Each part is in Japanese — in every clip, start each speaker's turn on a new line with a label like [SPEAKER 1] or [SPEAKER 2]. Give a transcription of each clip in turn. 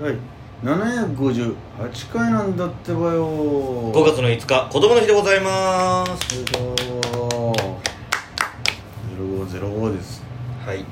[SPEAKER 1] 第758回なんだってばよ
[SPEAKER 2] 5月の5日子供の日でございます
[SPEAKER 1] すごい0505です
[SPEAKER 2] はい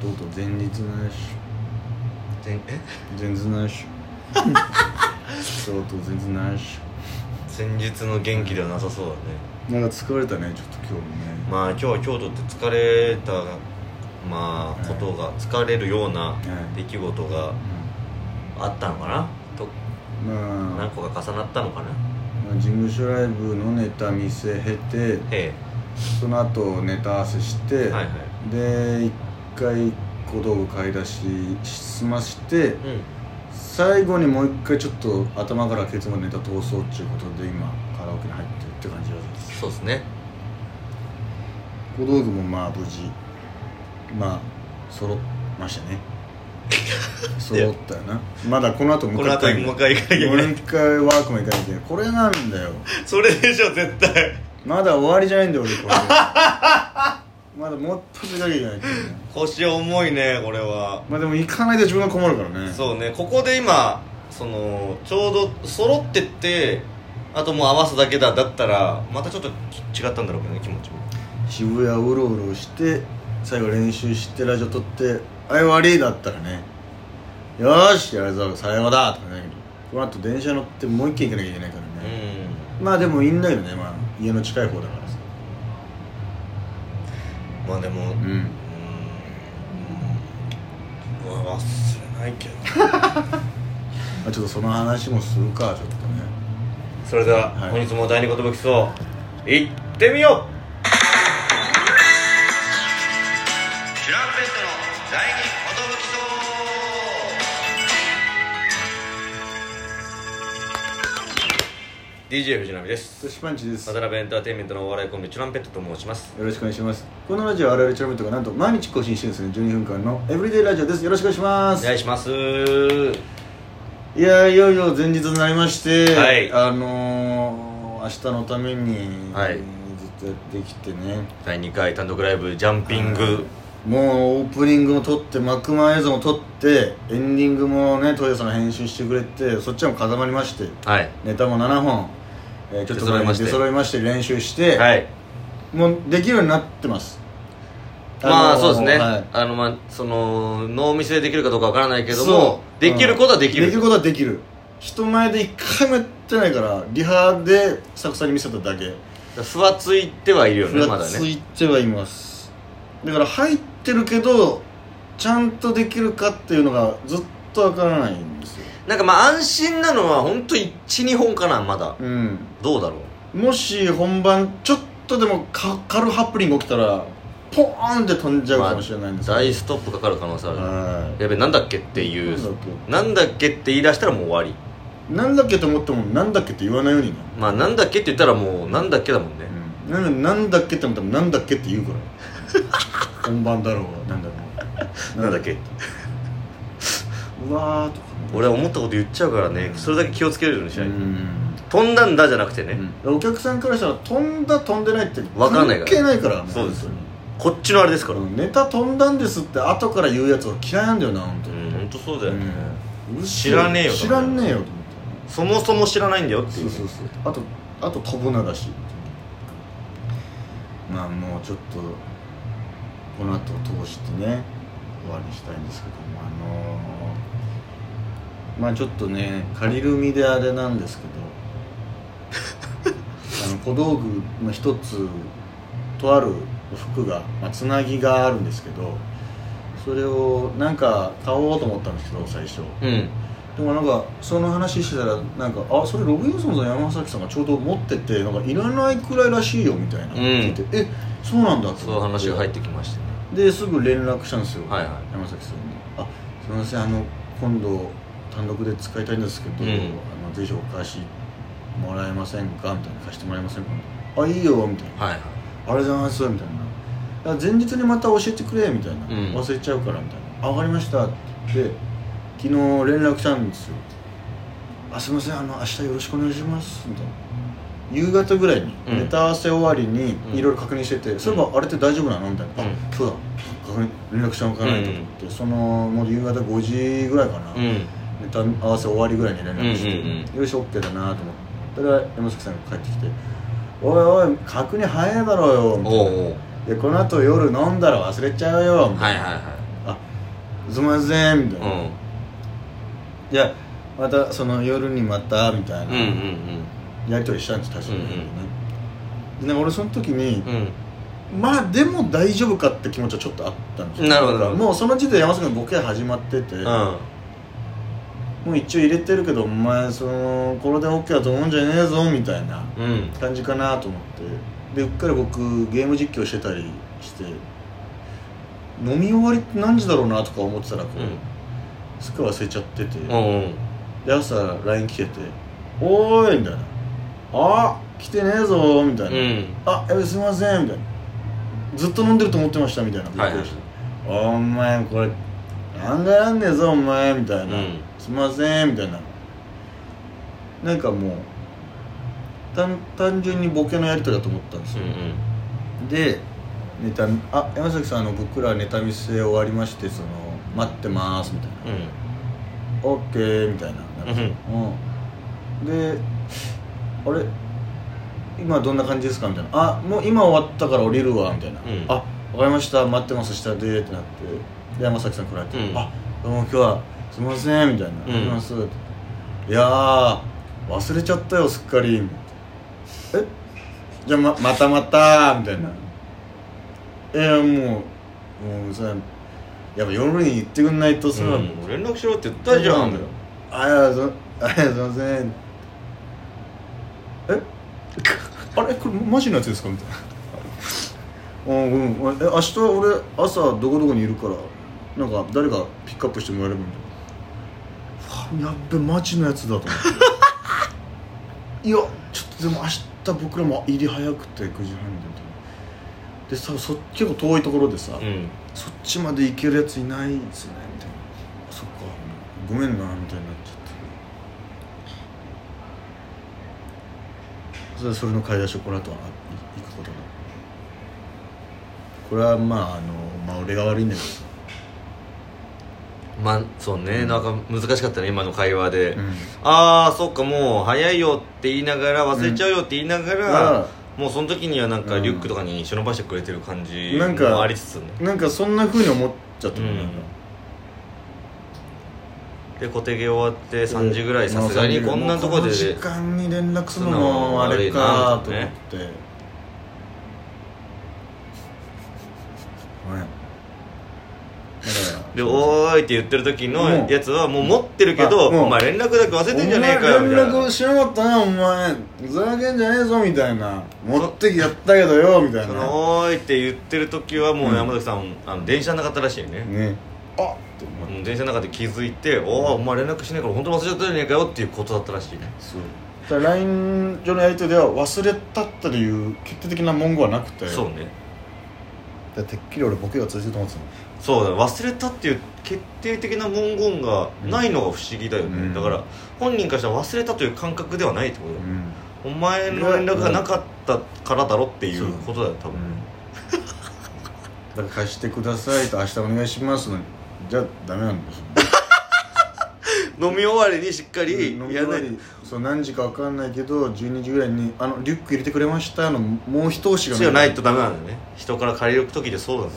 [SPEAKER 1] とうとう前日のや し
[SPEAKER 2] 前え
[SPEAKER 1] 前日のやしとうとう前日のやし
[SPEAKER 2] 先日の元気ではなさそうだね
[SPEAKER 1] なんか疲れたねちょっと今日もね
[SPEAKER 2] まあ今日は京都って疲れたまあことが疲れるような
[SPEAKER 1] はい
[SPEAKER 2] 出来事があったのかなと
[SPEAKER 1] うんま
[SPEAKER 2] 何
[SPEAKER 1] あ
[SPEAKER 2] 個か重なったのかな
[SPEAKER 1] まあ、ジングショライブのネタ見せ経て
[SPEAKER 2] え
[SPEAKER 1] その後ネタ合わせして、
[SPEAKER 2] えはいはい
[SPEAKER 1] で一回小道具買い出し済まして
[SPEAKER 2] うん
[SPEAKER 1] 最後にもう一回ちょっと頭からケツまでネタ通そうっていうことで今カラオケに入ってるって感じです
[SPEAKER 2] そうですね
[SPEAKER 1] 小道具もまあ無事まあ揃っました ね揃ったよなまだこの後も
[SPEAKER 2] こ
[SPEAKER 1] う
[SPEAKER 2] の
[SPEAKER 1] 一
[SPEAKER 2] 後
[SPEAKER 1] 回
[SPEAKER 2] もう一回行かなきゃいけ
[SPEAKER 1] も
[SPEAKER 2] な
[SPEAKER 1] う
[SPEAKER 2] い
[SPEAKER 1] 一回ワークも行かなきゃいけないこれなんだよ
[SPEAKER 2] それでしょ絶対
[SPEAKER 1] まだ終わりじゃないんだよ俺こ れまだもう一発行かなきゃいけないっていうね
[SPEAKER 2] 腰重いねこれは
[SPEAKER 1] まあでも行かないと自分が困るからね
[SPEAKER 2] そうねここで今そのちょうど揃ってってあともう合わすだけだだったらまたちょっとき違ったんだろうけどね気持ちも
[SPEAKER 1] 渋谷をうろうろして最後練習してラジオ撮って「あれ悪い」だったらね「よーしやるぞさようだ」とかねこの後電車乗ってもう一軒行かなきゃいけないからね、
[SPEAKER 2] う
[SPEAKER 1] まあでもいいんだけどね、まあ、家の近い方だからさ
[SPEAKER 2] んまあでもう
[SPEAKER 1] うんん
[SPEAKER 2] うんまあ忘れないけど
[SPEAKER 1] まあ、ちょっとその話もするかちょっとね
[SPEAKER 2] それでは、
[SPEAKER 1] はい
[SPEAKER 2] 本日も第二言武器そう行ってみようシュランペットの第二言武器そう DJ 藤波です
[SPEAKER 1] 寿司パンチです
[SPEAKER 2] 渡辺エンターテインメントのお笑いコンビチュランペットと申します
[SPEAKER 1] よろしくお願いしますこのラジオは我々チャルメットがなんと毎日更新してるんですね12分間のエブリデイラジオですよろしくお願いしま
[SPEAKER 2] お
[SPEAKER 1] す
[SPEAKER 2] 願いしますはい
[SPEAKER 1] いやーいよいよ前日になりまして、
[SPEAKER 2] はい
[SPEAKER 1] あのー、明日のために、
[SPEAKER 2] はい
[SPEAKER 1] ずっとやってきてね
[SPEAKER 2] 第2回単独ライブジャンピング
[SPEAKER 1] もうオープニングも撮って幕間映像も撮ってエンディングもね豊田さんが編集してくれてそっちも固まりまして
[SPEAKER 2] はい
[SPEAKER 1] ネタも7本、えーちょっと前に
[SPEAKER 2] 出
[SPEAKER 1] 出
[SPEAKER 2] 揃
[SPEAKER 1] 揃いまして練習して、
[SPEAKER 2] はい
[SPEAKER 1] もうできるようになってます
[SPEAKER 2] まあ
[SPEAKER 1] のー
[SPEAKER 2] そうですね
[SPEAKER 1] はい
[SPEAKER 2] あのまあその脳みそでできるかどうかわからないけど
[SPEAKER 1] そ
[SPEAKER 2] も
[SPEAKER 1] う
[SPEAKER 2] できることはでき
[SPEAKER 1] できる
[SPEAKER 2] る
[SPEAKER 1] ことはできる人前で一回もやってないからリハでスタッフさんに見せただけ
[SPEAKER 2] ふわついてはいるよ
[SPEAKER 1] ふ
[SPEAKER 2] ねま
[SPEAKER 1] ら
[SPEAKER 2] だ
[SPEAKER 1] つ
[SPEAKER 2] ね
[SPEAKER 1] いてはいますだから入ってるけどちゃんとできるかっていうのがずっとわからないんですよ
[SPEAKER 2] なんかまあ安心なのは本当12本かなまだ
[SPEAKER 1] うん
[SPEAKER 2] どうだろう
[SPEAKER 1] もし本番ちょっとでもか軽ハプニング起きたらポーンって飛んじゃうかもしれないんですけど
[SPEAKER 2] 大ストップかかる可能性ある
[SPEAKER 1] は
[SPEAKER 2] やべなんだっけって
[SPEAKER 1] い
[SPEAKER 2] い
[SPEAKER 1] なんだっ
[SPEAKER 2] うなんだっけって言い出したらもう終わり
[SPEAKER 1] けなんだっけと思ってもなんだっけって言わないようにね、
[SPEAKER 2] まあなんだっけって言ったらもうなんだっけだもんね
[SPEAKER 1] うん、なんでなんだっけって思ってもなんだっけって言うから 本番だろうがなんだろうが
[SPEAKER 2] なんだっけ
[SPEAKER 1] うわーとかね
[SPEAKER 2] 俺は思ったこと言っちゃうからねそれだけ気をつけるようにしない、
[SPEAKER 1] うん
[SPEAKER 2] 飛んだんだじゃなくてね、
[SPEAKER 1] お客さんからしたら飛んだ飛んでないって
[SPEAKER 2] わかんないから
[SPEAKER 1] 関係ないから
[SPEAKER 2] そうです
[SPEAKER 1] よ
[SPEAKER 2] こっちのあれですから
[SPEAKER 1] ネタ飛んだんですって後から言うやつ俺嫌いなんだよな本当
[SPEAKER 2] う
[SPEAKER 1] に
[SPEAKER 2] ん本当そうだよね、
[SPEAKER 1] うん
[SPEAKER 2] 知らねえよ
[SPEAKER 1] 知らねえよと思っ
[SPEAKER 2] そもそも知らないんだよってていう
[SPEAKER 1] そうそうそうあとあと飛ぶなだしまあもうちょっとこの後通してね終わりにしたいんですけどもあのーまあちょっとね借りる身であれなんですけ どあの小道具の一つとある服が、まあ、つなぎがあるんですけどそれをなんか買おうと思ったんですけど最初
[SPEAKER 2] うん
[SPEAKER 1] でもなんかその話してたらなんか「あそれログユーソンさん山崎さんがちょうど持っててなんかいらないくらいらしいよ」みたいな、
[SPEAKER 2] ん
[SPEAKER 1] 聞いて「えそうなんだ」
[SPEAKER 2] そういう話が入っててきましてね
[SPEAKER 1] ですぐ連絡したんですよ、
[SPEAKER 2] はいはい
[SPEAKER 1] 山崎さんに「あすみませんあの今度単独で使いたいんですけど、
[SPEAKER 2] うん
[SPEAKER 1] あのぜひお貸しもらえませんか?」みたいな「貸してもらえませんか?」あいいよ」みたいな
[SPEAKER 2] はい
[SPEAKER 1] 「あ
[SPEAKER 2] はい
[SPEAKER 1] りがとうございます」みたいな「あ前日にまた教えてくれ」みたいな、
[SPEAKER 2] うん
[SPEAKER 1] 忘れちゃうから」みたいな「あ分かりました」って言って昨日連絡したんですよ「あすいませんあの明日よろしくお願いします」みたいな夕方ぐらいに、
[SPEAKER 2] うん
[SPEAKER 1] ネタ合わせ終わりに
[SPEAKER 2] うん
[SPEAKER 1] いろいろ確認してて、そういえばあれって大丈夫なのみたいな「
[SPEAKER 2] うん
[SPEAKER 1] あそうだ確認連絡しておかないと」と思って、そのもう夕方5時ぐらいかな、
[SPEAKER 2] うん
[SPEAKER 1] ネタ合わせ終わりぐらいに連絡して、
[SPEAKER 2] うんうん
[SPEAKER 1] よし OK だなと思ってたら山崎さんが帰ってきて「おいおい確認早いだろうよ」みたい
[SPEAKER 2] おう
[SPEAKER 1] な
[SPEAKER 2] おう
[SPEAKER 1] 「いやこの後夜飲んだら忘れちゃうよ」みた
[SPEAKER 2] はいい
[SPEAKER 1] な
[SPEAKER 2] はい
[SPEAKER 1] あすみません」みたいな「
[SPEAKER 2] はい
[SPEAKER 1] やまたその夜にまた」みたい
[SPEAKER 2] い
[SPEAKER 1] な、
[SPEAKER 2] うんうん
[SPEAKER 1] やり取りしたんです確かに、ね
[SPEAKER 2] うん
[SPEAKER 1] でなんか俺その時に、
[SPEAKER 2] うんうん
[SPEAKER 1] まあでも大丈夫かって気持ちはちょっとあったんですよ
[SPEAKER 2] なるほど
[SPEAKER 1] だからもうその時点で山崎のボケ始まってて、
[SPEAKER 2] うん
[SPEAKER 1] も
[SPEAKER 2] は
[SPEAKER 1] う一応入れてるけどお前そのこれで OK だと思うんじゃねえぞみたいない
[SPEAKER 2] うん
[SPEAKER 1] 感じかなと思ってでうっかり僕ゲーム実況してたりして飲み終わりって何時だろうなとか思ってたらこう、すっかり忘れちゃってて、
[SPEAKER 2] うんうんうん
[SPEAKER 1] で朝 LINE 来てて「おーい」みたいな「あ来てねえぞ」みたいな「
[SPEAKER 2] うん
[SPEAKER 1] あやべすいません」みたいな「ずっと飲んでると思ってました」みたいな
[SPEAKER 2] はい
[SPEAKER 1] び
[SPEAKER 2] はい
[SPEAKER 1] っくりしてお前これ考えらんねえぞお前」みたいな「
[SPEAKER 2] うん
[SPEAKER 1] すいません」みたいななんかもう単単純にボケのやり取りだと思ったんです
[SPEAKER 2] う
[SPEAKER 1] よ、
[SPEAKER 2] ん
[SPEAKER 1] でネタあ山崎さんあの僕らネタ見せ終わりましてその待ってますみたいな
[SPEAKER 2] うん
[SPEAKER 1] オッケーみたいななんかうん、であれ今どんな感じですかみたいなあもう今終わったから降りるわみたいな、
[SPEAKER 2] うん
[SPEAKER 1] あわかりました待ってます下でってなってで山崎さん来られて、
[SPEAKER 2] うん
[SPEAKER 1] あどうも今日はすみませんみたいな、
[SPEAKER 2] ん
[SPEAKER 1] ありますっていやー忘れちゃったよすっかりえじゃあままたまたみたいなえー、もうもうさやっぱ夜に行ってくんないとさ、
[SPEAKER 2] うん連絡しろって言ったじゃん
[SPEAKER 1] あやすあやすいませんえ あれこれマジのやつですかみたいなうんうんえ明日俺朝どこどこにいるからなんか誰かピックアップしてもらえればみたいなうわやっべマジのやつだと思って いやちょっとでも明日僕らも入り早くて9時半でみたいなでさそ結構遠いところでさ、
[SPEAKER 2] うん
[SPEAKER 1] そっちまで行けるやついないですねみたいな「そっかごめんな」みたいになっちゃってそれそれの買い出しをこの後は行くことだこれはまああのまあ俺が悪いんだけどさ、
[SPEAKER 2] まあそうねなんか難しかったね今の会話で、
[SPEAKER 1] うん
[SPEAKER 2] ああそっかもう早いよって言いながら忘れちゃうよって言いながら、
[SPEAKER 1] うん
[SPEAKER 2] もうその時にはなんか
[SPEAKER 1] うん
[SPEAKER 2] リュックとかに忍ばしてくれてる感じ
[SPEAKER 1] なんか
[SPEAKER 2] もありつつね
[SPEAKER 1] なんかそんなふうに思っちゃった
[SPEAKER 2] う
[SPEAKER 1] も
[SPEAKER 2] ん
[SPEAKER 1] んなんか
[SPEAKER 2] で小手毛終わって3時ぐらいさすがにこんなと
[SPEAKER 1] も
[SPEAKER 2] こで
[SPEAKER 1] うの時間に連絡するのもあれかと思って、ごめんだから
[SPEAKER 2] で「おーい」って言ってる時のやつはもう持ってるけ
[SPEAKER 1] う
[SPEAKER 2] ど
[SPEAKER 1] んあもう
[SPEAKER 2] お前連絡だけ忘れてんじゃねえかよ
[SPEAKER 1] お前
[SPEAKER 2] みたい
[SPEAKER 1] 連
[SPEAKER 2] な
[SPEAKER 1] 絡しなかったなお前ふざけんじゃねえぞみたいな持ってきやったけどよみたい
[SPEAKER 2] そ
[SPEAKER 1] な
[SPEAKER 2] の「おーい」って言ってる時はも
[SPEAKER 1] うん
[SPEAKER 2] う山崎さん、あの電車なかったらしいね、
[SPEAKER 1] ねあっって思って
[SPEAKER 2] もう電車の中で気づいて「おーお前連絡しないから本当に忘れちゃったじゃねえかよ」っていうことだったらしいね
[SPEAKER 1] そうだから LINE 上のやり取りでは忘れたっていう決定的な文言はなくて
[SPEAKER 2] そうね
[SPEAKER 1] だからてっきり俺ボケが通じると思ってたの
[SPEAKER 2] そうだ忘れたっていう決定的な文言がないのが不思議だよね、
[SPEAKER 1] うん
[SPEAKER 2] だから本人からしたら忘れたという感覚ではないってことだよ、
[SPEAKER 1] ん
[SPEAKER 2] お前の連絡がなかったからだろっていうことだよ多
[SPEAKER 1] う
[SPEAKER 2] 分、
[SPEAKER 1] んだから貸してくださいと明日お願いしますのにじゃあダメなんですよ
[SPEAKER 2] 飲み終わりにしっかり
[SPEAKER 1] 飲み終
[SPEAKER 2] やらな
[SPEAKER 1] わ
[SPEAKER 2] い
[SPEAKER 1] りそう何時か分かんないけど12時ぐらいに「あのリュック入れてくれました」のもう一押しが
[SPEAKER 2] 必要ないとダメなんだよね人から借りる時でそうなんで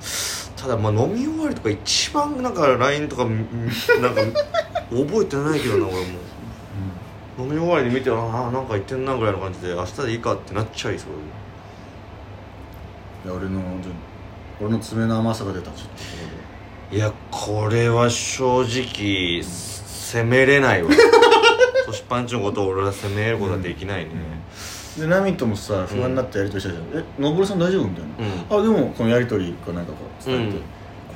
[SPEAKER 2] す
[SPEAKER 1] そう
[SPEAKER 2] よ
[SPEAKER 1] なの
[SPEAKER 2] ただまあ飲み終わりとか一番なんか LINE とかうんなんか覚えてないけどな俺も飲み終わりに見てああなんか言ってんなぐらいの感じで明日でいいかってなっちゃいそう
[SPEAKER 1] いや俺の本当に俺の爪の甘さが出たちょっとこ
[SPEAKER 2] いやこれは正直責めれないわトシパンチのことを俺は責めることはできないね
[SPEAKER 1] こででナミともさ不安になってやり取りしたじゃん「えのぼるさん大丈夫?」みたい
[SPEAKER 2] うん、
[SPEAKER 1] な、あでもこのやり取りがなんかこう伝えて、
[SPEAKER 2] うん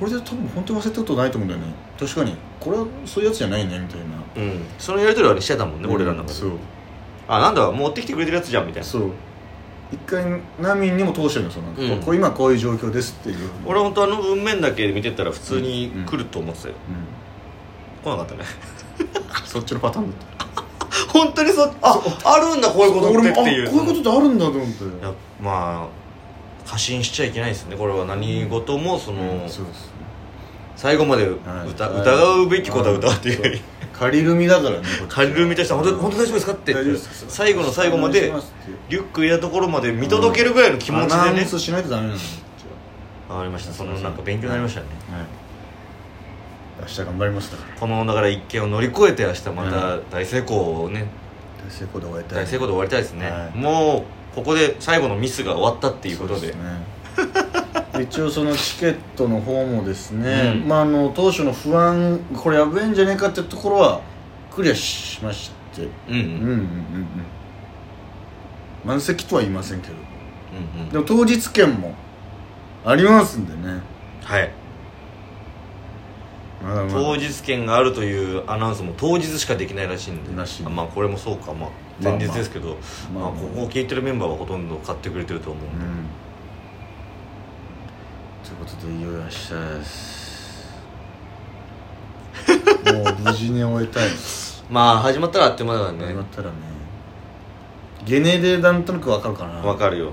[SPEAKER 1] これで多分本当に忘れたことないと思うんだよね確かにこれはそういうやつじゃないねみたいな、
[SPEAKER 2] うん、そのやり取りはしてたもんね、俺らの中で
[SPEAKER 1] そう
[SPEAKER 2] あなんだ持ってきてくれてるやつじゃんみたいな
[SPEAKER 1] そう一回ナミにも通してるのその、
[SPEAKER 2] うん
[SPEAKER 1] こう今こういう状況ですっていう
[SPEAKER 2] 俺本当あの文面だけ見てたら普通に来ると思ってたよ、
[SPEAKER 1] う
[SPEAKER 2] 来なかったね
[SPEAKER 1] ん、そっちのパターンだった
[SPEAKER 2] 本当にそああるんだこういうことってってい
[SPEAKER 1] 俺もあ
[SPEAKER 2] う
[SPEAKER 1] こういうことってあるんだと思って
[SPEAKER 2] いやまあ過信しちゃいけないですねこれは何事もその、
[SPEAKER 1] そうです
[SPEAKER 2] 最後まで
[SPEAKER 1] はい
[SPEAKER 2] 歌
[SPEAKER 1] はい
[SPEAKER 2] 疑うべきことは疑っていう
[SPEAKER 1] そう仮ルミだからねこっちは
[SPEAKER 2] 仮ルミとして本当本当大丈夫ですかって
[SPEAKER 1] 大丈夫です
[SPEAKER 2] 最後の最後まで
[SPEAKER 1] お願いしますっていう
[SPEAKER 2] リュック入れたところまで見届けるぐらいの気持ち
[SPEAKER 1] ア
[SPEAKER 2] で
[SPEAKER 1] ナウ
[SPEAKER 2] ね
[SPEAKER 1] ンスしないとダメなのこっち
[SPEAKER 2] あわかりましたそのなんか勉強になりましたね
[SPEAKER 1] ははい明日頑張りましたから
[SPEAKER 2] このだから一件を乗り越えて明日ま
[SPEAKER 1] う
[SPEAKER 2] た大成功をね
[SPEAKER 1] 大成功で終えたい
[SPEAKER 2] 大成功で終わりたいですね、
[SPEAKER 1] はい
[SPEAKER 2] もうここで最後のミスが終わったっていうこと
[SPEAKER 1] そうで
[SPEAKER 2] で
[SPEAKER 1] すね一応そのチケットの方もですね、
[SPEAKER 2] うん
[SPEAKER 1] まああの当初の不安これやべえんじゃねえかってところはクリアしまして
[SPEAKER 2] うん
[SPEAKER 1] うん
[SPEAKER 2] うんう
[SPEAKER 1] うんんうんうん満席とは言いませんけど
[SPEAKER 2] う
[SPEAKER 1] で
[SPEAKER 2] ん
[SPEAKER 1] も当日券もありますんでね
[SPEAKER 2] はい
[SPEAKER 1] まだまだ
[SPEAKER 2] 当日券があるというアナウンスも当日しかできないらしいんで
[SPEAKER 1] らしい
[SPEAKER 2] あまあこれもそうか
[SPEAKER 1] ま
[SPEAKER 2] まあ
[SPEAKER 1] あ
[SPEAKER 2] 前日ですけど、ま
[SPEAKER 1] ま
[SPEAKER 2] あ
[SPEAKER 1] あまあ
[SPEAKER 2] ここを聞いてるメンバーはほとんど買ってくれてると思うん
[SPEAKER 1] う
[SPEAKER 2] で、
[SPEAKER 1] んということでいよいよ明日です もう無事に終えたい
[SPEAKER 2] まあ始まったらあっという間だから
[SPEAKER 1] 始
[SPEAKER 2] ね
[SPEAKER 1] まったらねゲネでなんとなくわかるかな
[SPEAKER 2] わかるよ
[SPEAKER 1] う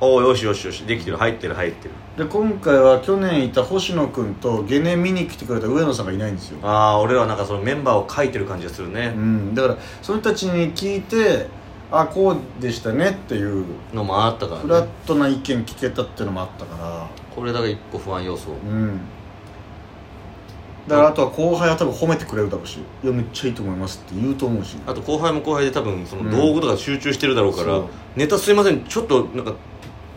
[SPEAKER 2] おおよしよしよしできてる入ってる入ってる
[SPEAKER 1] んで今回は去年いた星野君とゲネ見に来てくれた上野さんがいないんですよ、
[SPEAKER 2] ああ俺らなんかそのメンバーを書いてる感じがするね
[SPEAKER 1] う、ん、だからその人たちに聞いてあこうでしたねっていう
[SPEAKER 2] のもあったか
[SPEAKER 1] フ
[SPEAKER 2] ら、
[SPEAKER 1] ラッ
[SPEAKER 2] ね、
[SPEAKER 1] トな意見聞けたっていうのもあったか
[SPEAKER 2] これだから一個不安要素、
[SPEAKER 1] らうんだからあとは後輩は多分褒めてくれるだろうし「いやめっちゃいいと思います」って言うと思うし
[SPEAKER 2] あと後輩も後輩で多分そ
[SPEAKER 1] うん
[SPEAKER 2] の道具とか集中してるだろうから、
[SPEAKER 1] そう
[SPEAKER 2] ネタすいませんちょっとなんか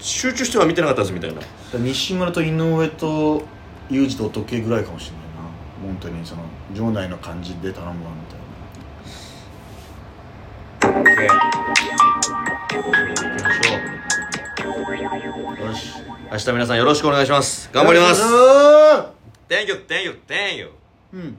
[SPEAKER 2] 集中しては見てなかったですみたいな
[SPEAKER 1] だから西村と井上と裕二と時計ぐらいかもしれないな本当にその場内の感じで頼むわみたいなよし
[SPEAKER 2] 明日皆さんよろしくお願いします頑張ります
[SPEAKER 1] よっしゃ
[SPEAKER 2] Thank you, thank you, thank you
[SPEAKER 1] ーうん